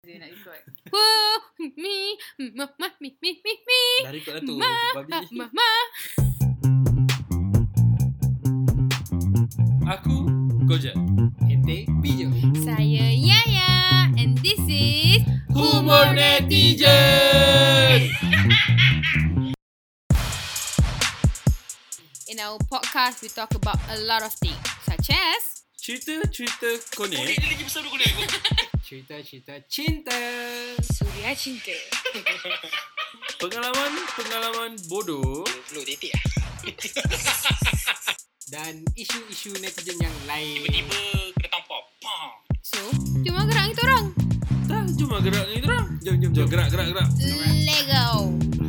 Right. Whoa, me, ma, ma, me, me, me, me. Dah record dah lah tu. Ma, Ma, Babi. Ah, ma, ma. Aku Gojek. Ente Pijo. Saya Yaya and this is Humor Netizen. in our podcast we talk about a lot of things such as Cerita-cerita konek. dia lagi besar dulu kau Cerita-cerita cinta. Surya Cinta. Pengalaman-pengalaman bodoh. Lu detik lah dan isu-isu netizen yang lain. Tiba-tiba kena tampar Pam So, cuma gerak kita orang. Dah, jom lah gerak ni orang. Jom, jom, jom. Gerak, gerak, gerak. Lego.